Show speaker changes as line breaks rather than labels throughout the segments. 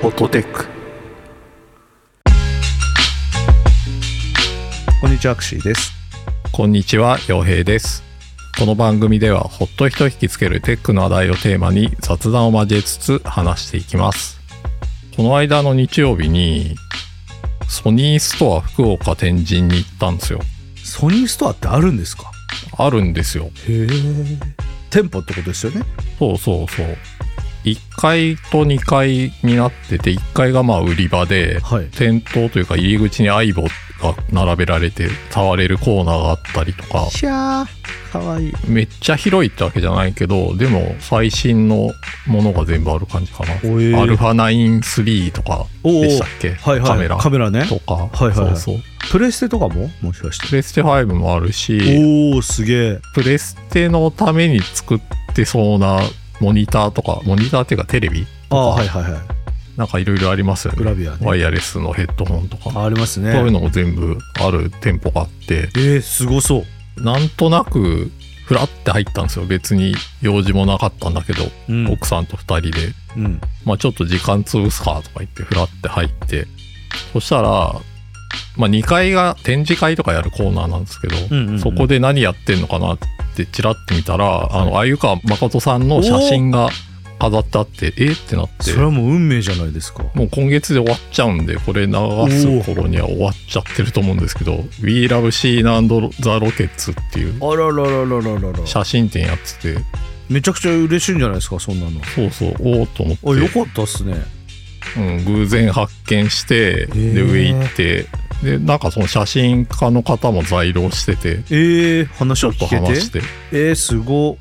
フォトテック
こんにちは、アクシーです。
こんにちは、洋平です。この番組では、ほっと一息つけるテックの話題をテーマに雑談を交えつつ話していきます。この間の日曜日に、ソニーストア福岡天神に行ったんですよ。
ソニーストアってあるんですか
あるんですよ。
へえ。店舗ってことですよね。
そうそうそう。1階と2階になってて、1階がまあ売り場で、
はい。
店頭というか入り口にアイボが並べられて、触れるコーナーがあったりとか、
しゃー、かわいい。
めっちゃ広いってわけじゃないけどでも最新のものが全部ある感じかな、
おえー
アルファ9-3とか
お
で
ー
したっけ
はいはい。
カメラ
カメラね。
とか、
いはいはい
そうそう
プレステとかももしかして。
プレステ5もある
お
し
ー、すげえ。
プレステのために作ってそうなモニターとかモニターっていうかテレビ
ああ、
とか
はいはいはい。
なんかいろいろありますよ
グ
ね
ラビア
ワ
ね。
イヤレスのヘッドホンとか、
あありますね。
そういうのも全部ある店舗があって
えー、すごそう。
なんとなくフラって入ったんですよ別に用事もなかったんだけど、
うん
奥さんと2人で
うん。
まあ、ちょっと時間潰すかとか言ってフラって入ってそしたら、まあ、2階が展示会とかやるコーナーなんですけど、
うんうんうん
そこで何やってんのかなってチラって見たら、あの鮎川誠さんの写真が飾ってあってえーってなって
それはもう運命じゃないですか。
もう今月で終わっちゃうんでこれ流す頃には終わっちゃってると思うんですけど「WeLoveSean&TheRockets」っていう
あららららららら。
写真展やってて
めちゃくちゃ嬉しいんじゃないですか、そんなの。
そうそうおおと思って
あ、よかったっすね。
うん、偶然発見して
ー
で上行ってでなんかその写真家の方も在労してて
えー、話
ちょ
を
っと
聞けて
話し。て
えー、すご。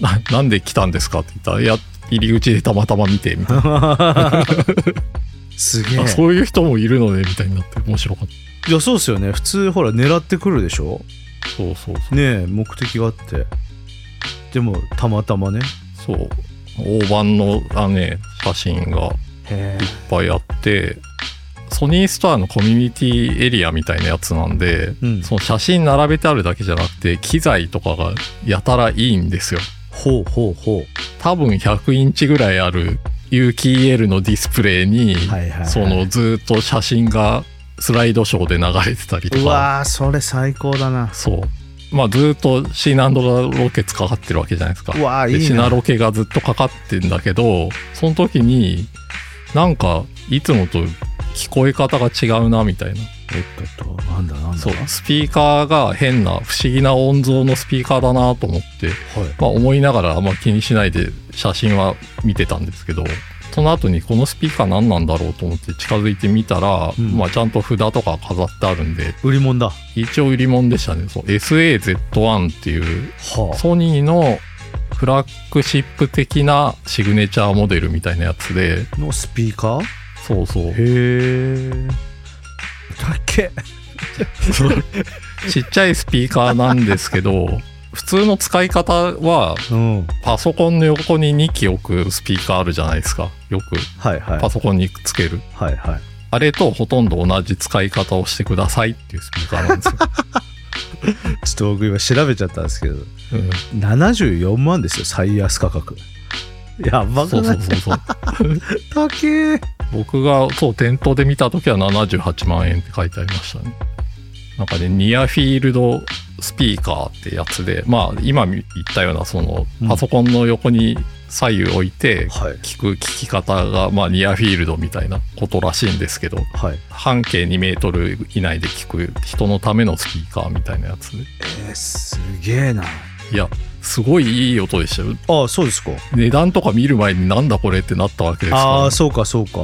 な「なんで来たんですか?」って言ったら「いや入り口でたまたま見て」みたい
すげ
な、
え。
あそういう人もいるのねみたいになって面白かっ
いやそうっすよね普通ほら狙ってくるでしょ
たそうそう
ねえ目的があってでもたまたまね
そうそう大判のあね写真がいっ
へ
ぱいあってソニーストアのコミュニティエリアみたいなやつなんで
え、うん、
その写真並べてあるだけじゃなくて機材とかがやたらいいんですよ
ほうほうほ
多分100インチぐらいある UKEL のディスプレイに、
うはいはい、はい、
そのずーっと写真がスライドショーで流れてたりと
う
か
わーそれ最高だな
そうまあずーっとシーナンドロケかかってるわけじゃないですか
うわー
で
いい
シナ
な
ロケがずっとかかってんだけどその時になんかいつもと聞こえ方が違うなみたいな
えっとっとなんだなんだ
そうスピーカーが変な不思議な音像のスピーカーだなと思って
はい
まあ、思いながらあんま気にしないで写真は見てたんですけどその後にこのスピーカー何なんだろうと思って近づいてみたら、
うん
まあ、ちゃんと札とか飾ってあるんで
売り物だ
一応売り物でしたねそう SAZ1 っていう
は
ソニーのフラッグシップ的なシグネチャーモデルみたいなやつで
あのスピーカー
そうそう
へえだっ け
ちっちゃいスピーカーなんですけど 普通の使い方は
うん
パソコンの横に2機置くスピーカーあるじゃないですかよく
はいはい
パソコンにつける
はいはい
あれとほとんど同じ使い方をしてくださいっていうスピーカーなんですよ。
ちょっと僕今調べちゃったんですけど
うん
74万ですよ最安価格やばく
そう
な
そ
いう
そうそう。
高え
僕がそう店頭で見た時は78万円って書いてありましたね。なんかね、ニアフィールドスピーカーってやつで、まあ今言ったようなその
うん
パソコンの横に左右置いて
はい
聞く聞き方がまあニアフィールドみたいなことらしいんですけど、
はい
半径2メートル以内で聞く人のためのスピーカーみたいなやつで。
えーすげえない
や、すごいいい音でしたよ。
ああそうですか
値段とか見る前になんだこれってなったわけですから、
ああそうかそうか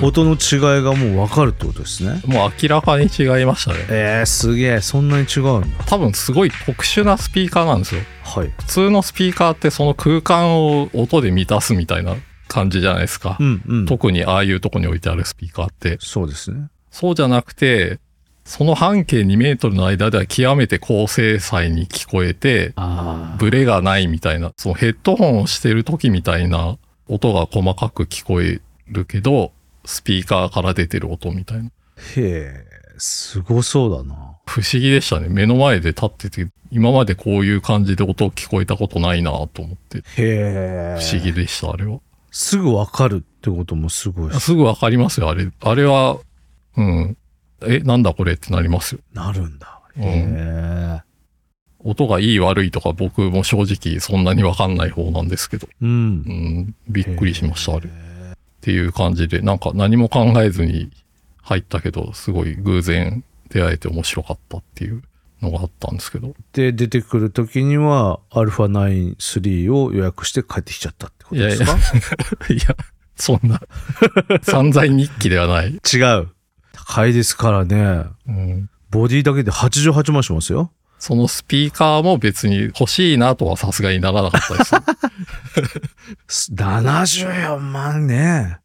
音の違いがもう分かるってことですね
もう明らかに違いましたね
えー、すげえそんなに違うんだ
多分すごい特殊なスピーカーなんですよ
はい
普通のスピーカーってその空間を音で満たすみたいな感じじゃないですか、
うんうん
特にああいうとこに置いてあるスピーカーって
そうですね
そうじゃなくてその半径2メートルの間では極めて高精細に聞こえて
あ
ブレがないみたいなそのヘッドホンをしてる時みたいな音が細かく聞こえるけどスピーカーから出てる音みたいな
へえすごそうだな
不思議でしたね。目の前で立ってて、今までこういう感じで音聞こえたことないなと思って、
へえ
不思議でした、あれは。
すぐ分かるってこともすごいし
すぐわかりますよ、あれ。あれは、うん。え、なんだこれってなりますよ。
なるんだ。
うん
へえ。
音がいい悪いとか僕も正直そんなにわかんない方なんですけど。
う。
うんん、びっくりしました、あれ。っ
へ
ていう感じで、なんか何も考えずに入ったけど、すごい偶然出会えて面白かったっていうのがあったんですけど。
えで、出てくる時には、α93 を予約して帰ってきちゃったってことですか
いや、そんな、 散財日記ではな
違
い。
う。高いですからね。
うん
ボディだけで88万しますよ。
そのスピーカーも別に欲しいなとはさすがにならなかったです。
す74万ね。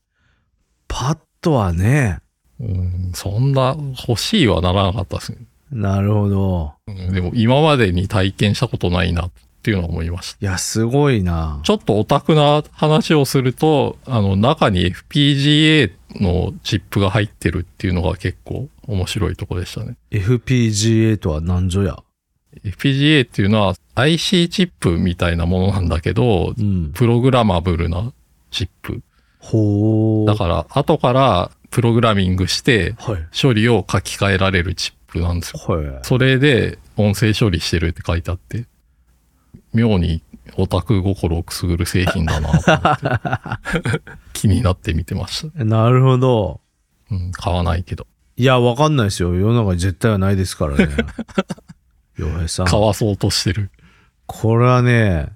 パッとはね。
うん、そんな欲しいはならなかったですね。
なるほど。
うんでも今までに体験したことないなっていうのは思いました。
いや、すごいな。
ちょっとオタクな話をすると、あの中に FPGA のチップが入ってるっていうのが結構面白いとこでしたね。
FPGA とは何ぞや。
FPGA っていうのは IC チップみたいなものなんだけど、
うん。
プログラマブルなチップ。
ほう。
だから後からプログラミングして
はい。
処理を書き換えられるチップなんですよ
は
それで音声処理してるって書いてあって、妙にオタク心をくすぐる製品だなと思って、 気になって見てました。
い。なるほど。
うん、買わないけど。
いや、わかんないですよ。世の中に絶対はないです からね。洋平さん。
買わそうとしてる。
これはね、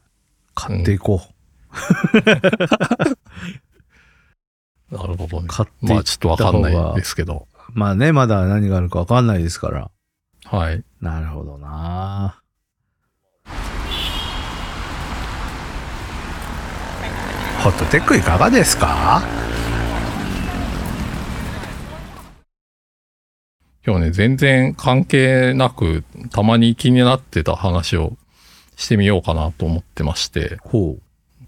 買っていこう。
なるほどね。
買ってい
まあちょっとわかんないですけど。
まあね、まだ何があるかわかんないですから。
はい。
なるほどな。ホットテックいかがですか
今日ね、全然関係なく、たまに気になってた話をしてみようかなと思ってまして、
ほ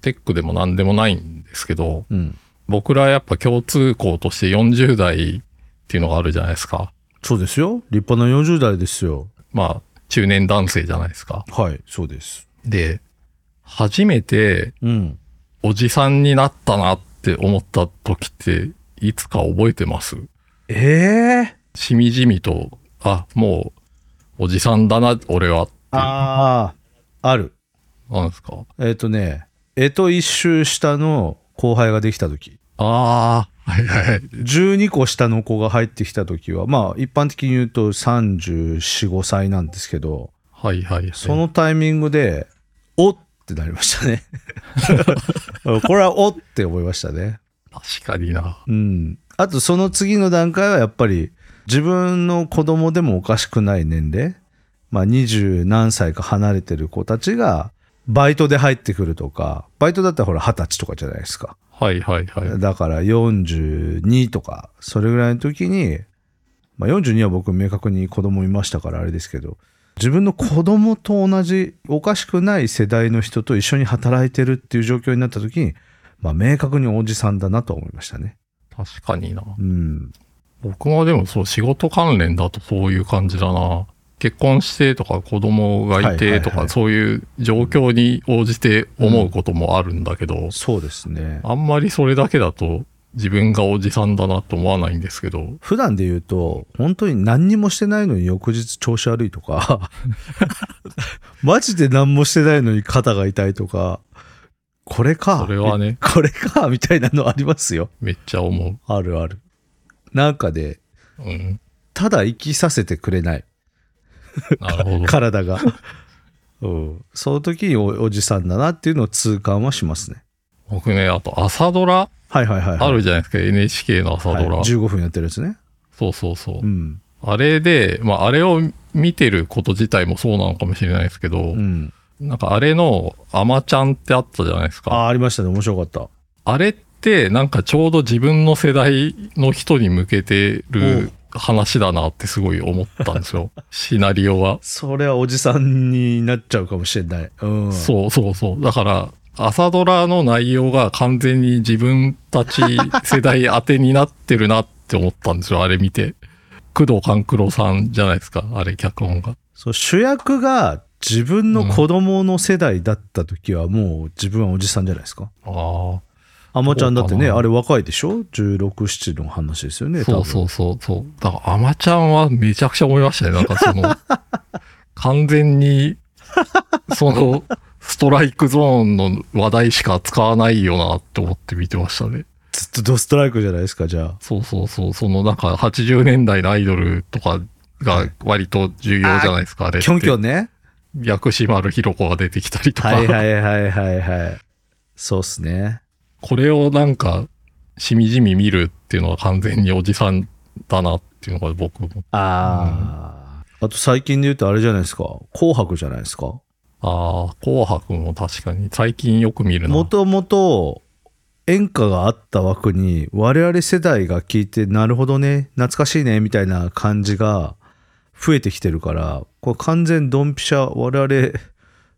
テックでも何でもないんですけど、
う。うん。
僕らやっぱ共通項として40代っていうのがあるじゃないですか。
そうですよ。立派な40代ですよ。
まあ、中年男性じゃないですか。
はい、そうです。
で、初めて
うん。
おじさんになったなって思った時って、いつか覚えてます
ええ
しみじみと、あ、もう、おじさんだな、俺はって。
ああ、ある。
なんですか
えっ、とね、えと一周下の後輩ができた時。
ああ、はいはい。
12個下の子が入ってきた時はまあ一般的に言うと345歳なんですけど
はいはい。
そ、のタイミングで「おっ!」ってなりましたね これは「おっ!」って思いましたね
確かにな。
うんあとその次の段階はやっぱり自分の子供でもおかしくない年齢まあ二十何歳か離れてる子たちがバイトで入ってくるとかバイトだったらほら二十歳とかじゃないですか
はいはいはい。
だから42とか、それぐらいの時に、まあ、42は僕明確に子供いましたからあれですけど、自分の子供と同じおかしくない世代の人と一緒に働いてるっていう状況になった時に、まあ、明確におじさんだなとは思いましたね。
確かにな。
うん。
僕もでもそう、仕事関連だとそういう感じだな。結婚してとか子供がいてと
はいはいは
か
い
そういう状況に応じて思うこともあるんだけど、
そうですね。
あんまりそれだけだと自分がおじさんだなと思わないんですけど、
普段で言うと、本当に何にもしてないのに翌日調子悪いと か、マジで何もしてないのに肩が痛いとか、これか。
それはね、
これかみたいなのありますよ。
めっちゃ思
あるある。なんかで、
う。 うん。
ただ生きさせてくれない。
なるほど。
体 が。うん。その時におおじさんだなっていうのを痛感はしますね。
僕ね、あと朝ドラ
はいはいはい、はい。
あるじゃないですか、NHK の朝ドラ。
はい15分やってるやつね。
そうそうそ
う。
う
ん。
あれで、まああれを見てること自体もそうなのかもしれないですけど、
うん。
なんかあれのアマちゃんってあったじゃないですか。
ああ、ありましたね。面白かった。
あれってなんかちょうど自分の世代の人に向けてる話だなってすごい思ったん ですよ。シナリオは。
それはおじさんになっちゃうかもしれない。うん。
そうそうそう。だから、朝ドラの内容が完全に自分たち世代宛てになってるなって思ったんですよ。あれ見て。工藤官九郎さんじゃないですか。あれ、脚本が。
そう主役が自分の子供の世代だった時はもう自分はおじさんじゃないですか。
ああ。
あまちゃんだってね
そうかな
あれ若いでしょ1617の話ですよね
そう
う
そうそうそう。だから、アマちゃんはめちゃくちゃ思いましたね。なんかそ の、完全に、その、ストライクゾーンの話題しか使わないよなって思って見てましたね。
ずっとドストライクじゃないですかじゃあ
そうそうそう。そのなんか80年代のアイドルとかが割と重要じゃないですか。あれって。
キョンキョンね
薬師丸ひろ子が出てきたりとか。
はいはいはいはいはいそうっすね
これをなんか、しみじみ見るっていうのは完全におじさんだなっていうのが僕も。
ああ、あと最近で言うとあれじゃないですか紅白じゃないですか
ああ、紅白も確かに最近よく見るな。
もともと演歌があった枠に我々世代が聞いてなるほどね懐かしいねみたいな感じが増えてきてるからこれ完全ドンピシャ我々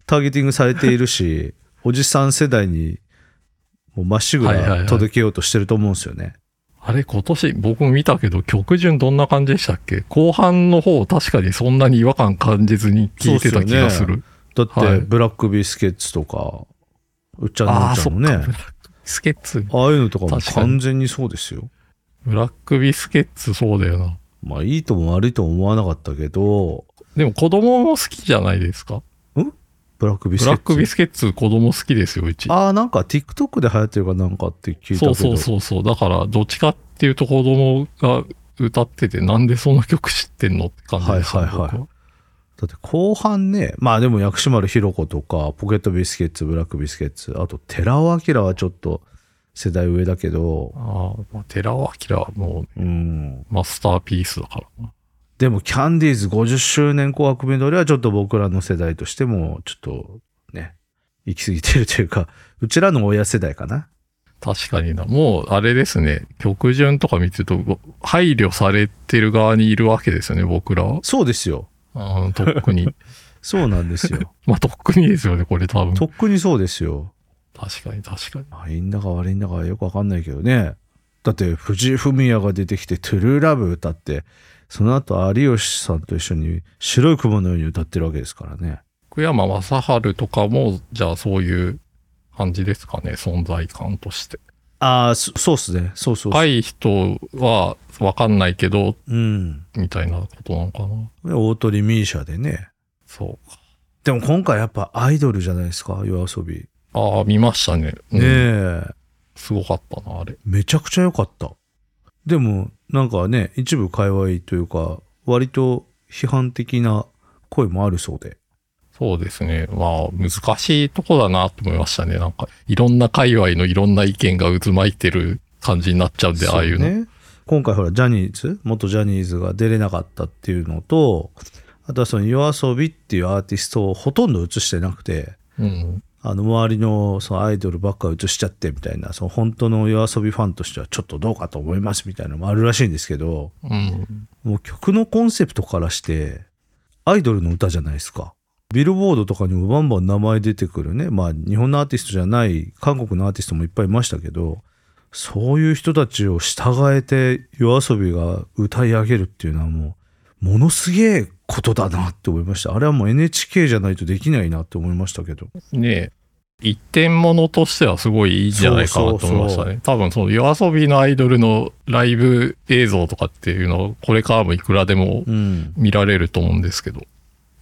ターゲティングされているしおじさん世代にもうまっしぐ
はいはいは
ら
い
届けようとしてると思うんですよね。
あれ今年僕も見たけど曲順どんな感じでしたっけ後半の方確かにそんなに違和感感じずに聞いてた気がす
そうっすよ
る。
だって、
はい
ブラックビスケッツとかうっちゃんのう
あ
っ
あ、
ちゃ
そ
ん
っ
も
か。
ね
ブラックスケッツ。
ああいうのとかも
確かに
完全にそうですよ。
ブラックビスケッツそうだよな。
まあいいとも悪いとも思わなかったけど
でも子供も好きじゃないですか。
ブラックビス
ブ
ケッ
ラ
ツ
ックビスケッツ子供好きですよ、うち。
ああ、なんか TikTok で流行ってるかなんかって聞いたけ
そ
ど。
うそうそうそう。だから、どっちかっていうと子供が歌ってて、なんでその曲知ってんのって感じですね
はいはいはい
僕は
だって後半ね、まあでも薬師丸ひろ子とか、ポケットビスケッツ、ブラックビスケッツ、あと寺尾明はちょっと世代上だけど、
ああ、まあ、寺尾明はも
うん。
うマスターピースだからな。
でもキャンディーズ50周年紅白メドレーはちょっと僕らの世代としても、ちょっとね、行き過ぎてるというか、 うちらの親世代かな。
確かにな。もう、あれですね。曲順とか見てると、うわ配慮されてる側にいるわけですよね、僕らは。
そうですよ。
うん、とっくに。
そうなんですよ。
まあ、とっくにですよね、これ多分。
とっくにそうですよ。
確かに、確かに。
まあ、いいんだか悪いんだかよくわかんないけどねだって藤井フミヤが出てきて「トゥルーラブ」歌ってその後有吉さんと一緒に「白い雲のように歌ってるわけですからね
福山雅治とかも、じゃあそういう感じですかね、存在感として。
ああそそうっすねそうそうそう、
若い人はわかんないけど、
うん
みたいなことなのかな。
で大鳥ミーシャでね
そうか。
でも今回やっぱアイドルじゃないですか夜遊び
ああ、見ましたね。うん
ねえ、
すごかったな、あれ。
めちゃくちゃ良かったでもなんかね一部界隈というか割と批判的な声もあるそうで
そうですね。まあ、難しいとこだなと思いましたね。なんか、いろんな界隈のいろんな意見が渦巻いてる感じになっちゃうんで、
そ
ああいうの。
ね、今回ほらジャニーズ元ジャニーズが出れなかったっていうのとあとはその YOASOBI っていうアーティストをほとんど映してなくて
うん。
あの周りのそのアイドルばっか映しちゃってみたいなその本当の YOASOBI ファンとしてはちょっとどうかと思いますみたいなのもあるらしいんですけど
うん。
もう曲のコンセプトからしてアイドルの歌じゃないですか。ビルボードとかにもバンバン名前出てくるね。まあ日本のアーティストじゃない韓国のアーティストもいっぱいいましたけど、そういう人たちを従えて夜遊びが歌い上げるっていうのはもうものすげえことだなって思いました。あれはもう NHK じゃないとできないなって思いましたけど。
ねえ。一点物としてはすごいいいんじゃないかなと思いました
そうそう
ね。多分その夜遊びのアイドルのライブ映像とかっていうのはこれからもいくらでも
うん。
見られると思うんですけど、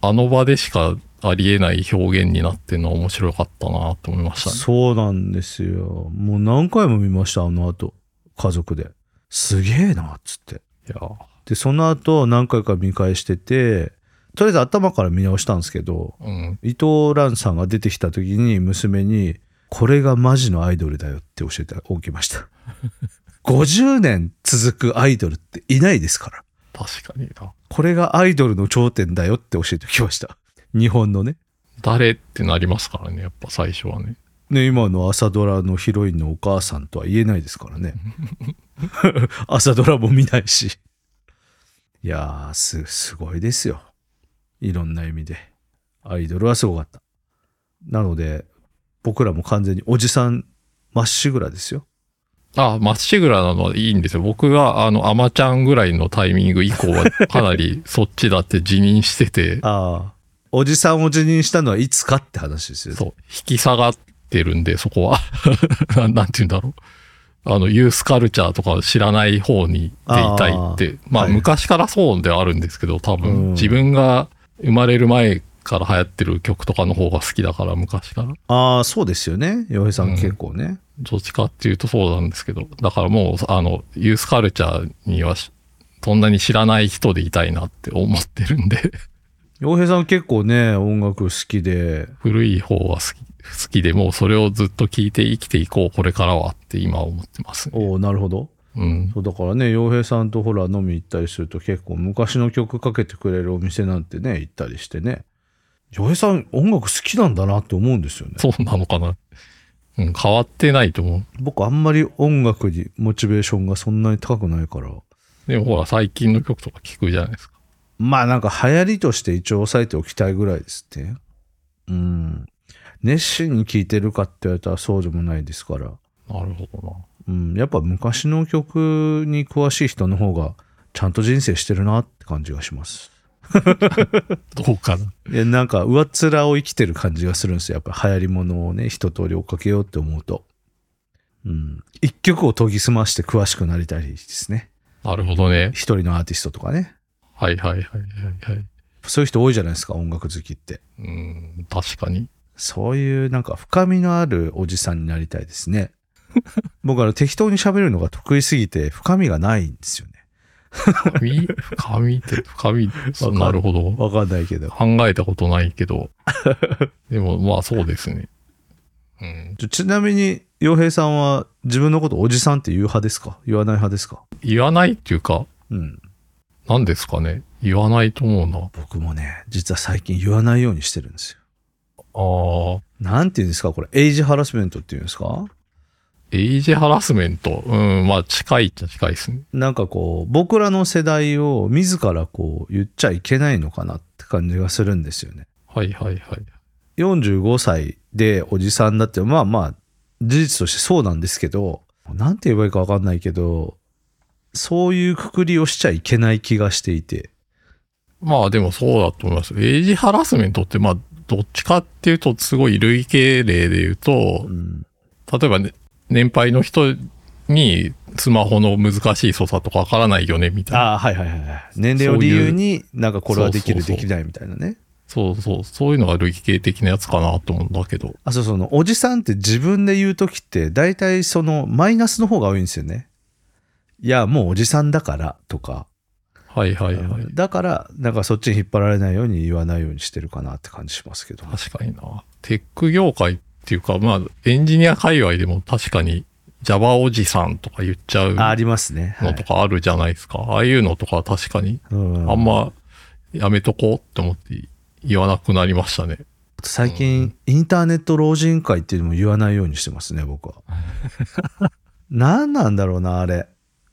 あの場でしかありえない表現になってるのは面白かったなと思いましたね。
そうなんですよ。もう何回も見ました、あの後。家族で。すげえなっつって。
いや
でその後何回か見返しててとりあえず頭から見直したんですけど
うん。
伊藤蘭さんが出てきた時に娘に「これがマジのアイドルだよ」って教えておきました50年続くアイドルっていないですから
確かにな。
これがアイドルの頂点だよって教えておきました日本のね
誰ってなりますからね、やっぱ最初はね。
ね今の朝ドラのヒロインのお母さんとは言えないですからね朝ドラも見ないしいやーすすごいですよいろんな意味でアイドルはすごかったなので僕らも完全におじさんまっしぐらですよ、
あ、まっしぐらなのはいいんですよ。僕が、あの、アマちゃんぐらいのタイミング以降は、かなり そっちだって辞任してて
ああおじさんを辞任したのはいつかって話ですよ
そう、引き下がっってるんで、そこは。 ななんて言うんだろう。あの、ユースカルチャーとか知らない方にいたいって、まあ、
はい
昔からそうではあるんですけど、多
うん
分、自分が生まれる前から流行ってる曲とかの方が好きだから、昔から。
ああそうですよね洋平さ
うんん
結構ね、
どっちかっていうとそうなんですけど、だからもう、あの、ユースカルチャーにはし、そんなに知らない人でいたいなって思ってるんで、
洋平さん結構ね音楽好きで
古い方は好き、好きでもうそれをずっと聞いて生きていこう、これからはって今思ってます、ね。
おおなるほど
うん。
そうだからね洋平さんとほら飲み行ったりすると結構昔の曲かけてくれるお店なんてね行ったりしてね洋平さん音楽好きなんだなって思うんですよね
そうなのかな。うん、変わってないと思う。
僕あんまり音楽にモチベーションがそんなに高くないから
でもほら、最近の曲とか聞くじゃないですか。
まあなんか流行りとして一応押さえておきたいぐらいですってうん熱心に聴いてるかって言われたらそうでもないですから
なるほどな。
うん、やっぱ昔の曲に詳しい人の方がちゃんと人生してるなって感じがします。
どうかな。
いやなんか上っ面を生きてる感じがするんですよ。やっぱ流行りものをね一通り追っかけようって思うと。うん、一曲を研ぎ澄まして詳しくなりたいですね。
なるほどね。
一人のアーティストとかね。
はいはいはいはいはい。
そういう人多いじゃないですか音楽好きって。
うん、確かに。
そういうなんか深みのあるおじさんになりたいですね。 僕あの適当に喋るのが得意すぎて深みがないんですよね。
深 み、深みって、深み、なるほど。
わかんないけど。
考えたことないけど。でも、まあそうですね。うん。
ちょちなみに洋平さんは自分のことおじさんって言う派ですか言わない派ですか
言わないっていうか、
うん
何ですかね。言わないと思うな。
僕もね実は最近言わないようにしてるんですよ
ああ、
なんて言うんですかこれエイジハラスメントっていうんですか
エイジハラスメント。うん、まあ近いっちゃ近いですね。
なんかこう僕らの世代を自らこう言っちゃいけないのかなって感じがするんですよね
はいはいはい。
45歳でおじさんだってまあまあ事実としてそうなんですけどなんて言えばいいかわかんないけどそういうくくりをしちゃいけない気がしていて
まあでもそうだと思います。エイジハラスメントって、まあどっちかっていうと、すごい類型例で言うと
う、ん
例えばね、年配の人にスマホの難しい操作とかわからないよね、みたいな。
ああ、はいはいはいはい。年齢を理由に、なんかこれはできる、
そうそうそ
で
う
きないみたいなね。
そうそう、そういうのが類型的なやつかなと思うんだけど。
あ、そうそう、のおじさんって自分で言うときって、大体そのマイナスの方が多いんですよね。いや、もうおじさんだからとか、
はいはいはい。
だから、なんかそっちに引っ張られないように言わないようにしてるかなって感じしますけど。
確かにな。テック業界っていうか、まあ、エンジニア界隈でも確かに Java おじさんとか言っちゃう
ああ
の
りますね。はい
とかあるじゃないですか。ああいうのとか確かに、
うん
あんまやめとこうって思って言わなくなりましたね。
最近、インターネット老人会っていうのも言わないようにしてますね僕は 何なんだろうなあれ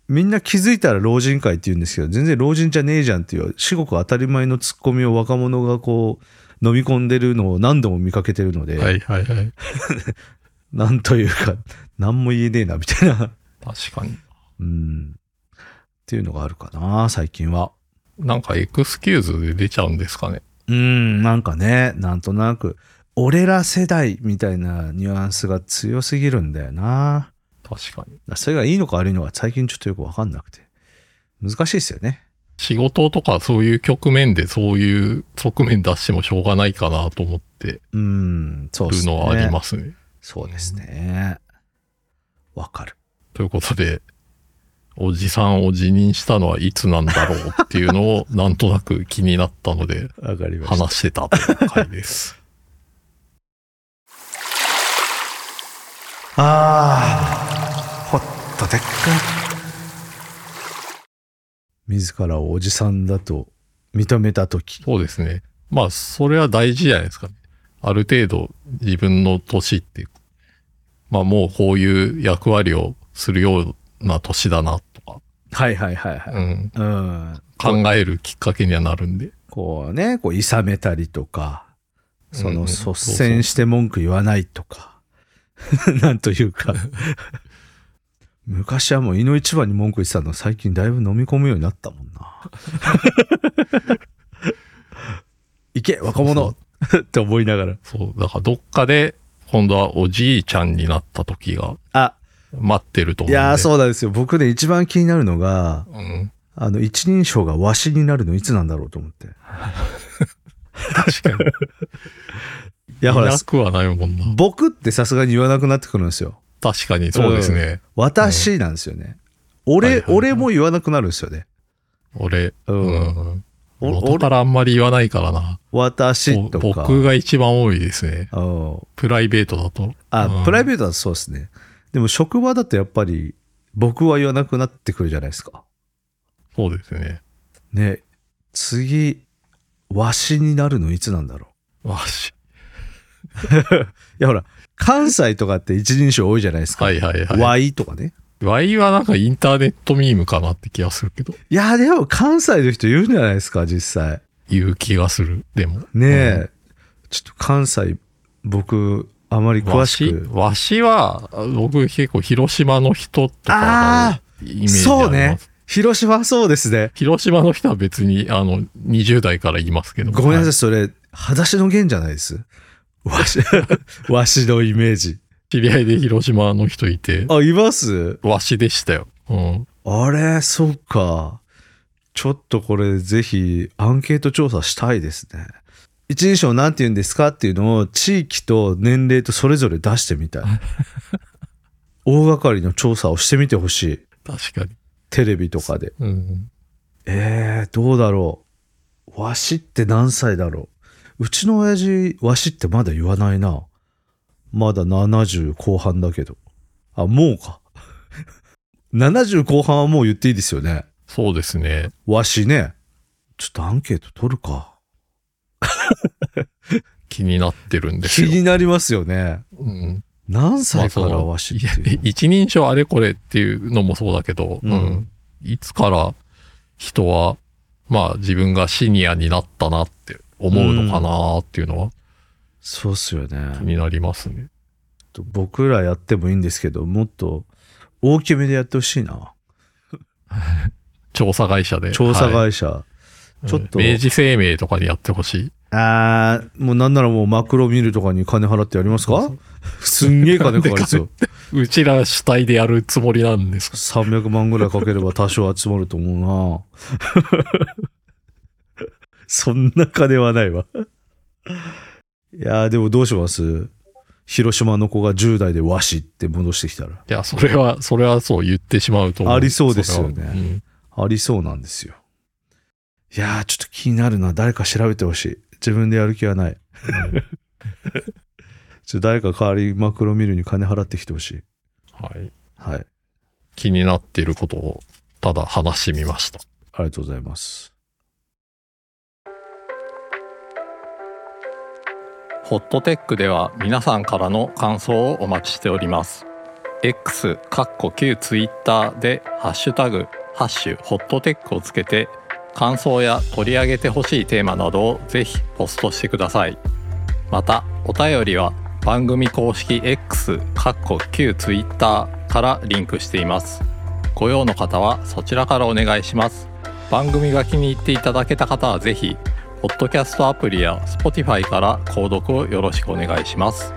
みんな気づいたら老人会って言うんですけど全然老人じゃねえじゃんっていう至極当たり前のツッコミを若者がこう飲み込んでるのを何度も見かけてるので、
はいはいはい。
なんというか 何も言えねえなみたいな
確かに。
うんっていうのがあるかな最近は
なんかエクスキューズで出ちゃうんですかね。
うんなんかねなんとなく俺ら世代みたいなニュアンスが強すぎるんだよな
確かに。
それがいいのか悪いのか最近ちょっとよくわかんなくて。難しいですよね。
仕事とかそういう局面でそういう側面出してもしょうがないかなと思って
うん、そうで
る
すね。
のはありますね。
そうですね。わかる。
ということで、おじさんを辞任したのはいつなんだろうっていうのをなんとなく気になった ので
わかりました。
話してたという回です。
ああ、ほっとでっか自らをおじさんだと認めたとき。
そうですね。まあ、それは大事じゃないですかね。ある程度自分の年って、まあもうこういう役割をするような年だなとか、
はいはいはいは
う
い。
ん、
うん。
考えるきっかけにはなるんで。
こうね、こう、いさめたりとか、そ
うんう
の、
ん
率先して文句言わないとか、 なんという か、昔はもう胃の一番に文句言ってたの、最近だいぶ飲み込むようになったもん な。いけ、若者って思いながら。
そう、だからどっかで今度はおじいちゃんになった時が
あ
待ってると思う
い
んで。
やーそうなんですよ僕ね一番気になるのが
うん。
あの一人称がわしになるのいつなんだろうと思ってい
確かに。
やほ
い
ら
なくはないもんな。
僕ってさすがに言わなくなってくるんですよ
確かにそうですね。
私なんですよね、俺、
はいはいはい
俺も言わなくなるんですよね
俺、
う
うんん。
お
元からあんまり言わないからな。
私とか
僕が一番多いですね。
うん
プライベートだと。
あ、
うん
プライベートはそうですね。でも職場だとやっぱり僕は言わなくなってくるじゃないですか。
そうですね。
ね。次、わしになるのいつなんだろ
わし。
う。いやほら、関西とかって一人称多いじゃないですか。
はいはいはい。
わいとかね。
ワイはなんかインターネットミームかなって気がするけど、
いや、でも関西の人言うんじゃないですか、実際。
言う気がする。でも。
ねえ。ちょっと関西、僕、あまり
うんわ
詳し
し
く。、
わしは、僕結構広島の人と
あ
かのイメージあります。
そうね。広島はそうですね。
広島の人は別に、あの、20代から言いますけど。
ごめんなさ、
はい
それ、裸足の弦じゃないです。わし、 わしのイメージ。
知り合いで広島の人いて、
あ、います
わしでしたよ。うん。
あれ、そうか。ちょっとこれぜひアンケート調査したいですね。一人称なんて言うんですかっていうのを地域と年齢とそれぞれ出してみ たい。大掛かりの調査をしてみてほしい。
確かに。
テレビとかで。
うん。
えー、どうだろう。わしって何歳だろう。うちの親父、わしってまだ言わないな。まだ70後半だけど。あ、もうか。70後半はもう言っていいですよね。
そうですね。
わしね、ちょっとアンケート取るか。
気になってるんです
気
よ。
になりますよね。
うん。
何歳か
そ
ら
の
わしっ
いや
ていうの
一人称あれこれっていうのもそうだけど、
うん
うんいつから人は、まあ自分がシニアになったなって思うのかなっていうのは
そうっすよ
気
ね。
になりますね。
僕らやってもいいんですけど、もっと大きめでやってほしいな。
調査会社で。
調査
は
会社。
い
ちょっと
うん明治生命とかにやってほしい。
あー、もうなんならもうマクロ見るとかに金払ってやりますかすんげえ金かかるんですよ。
うちら主体でやるつもりなんですか
300万ぐらいかければ多少集まると思うな そんな金はないわいやーでもどうします広島の子が10代で和紙って戻してきたら
いや、それは、それはそう言ってしまうと思う。
ありそうですよね
それはうん
ありそうなんですよいやーちょっと気になるな誰か調べてほしい自分でやる気はない ちょ誰か代わりマクロミルに金払ってきてほしい
はい。
はい
気になっていることをただ話してみました。
ありがとうございます
ホットテックでは皆さんからの感想をお待ちしております。X かっこ旧 Twitter でハッシュタグハッシュホットテックをつけて感想や取り上げてほしいテーマなどをぜひポストしてください。またお便りは番組公式 X かっこ旧 Twitter からリンクしています。ご用の方はそちらからお願いします。番組が気に入っていただけた方はぜひポッドキャストアプリや Spotify から購読をよろしくお願いします。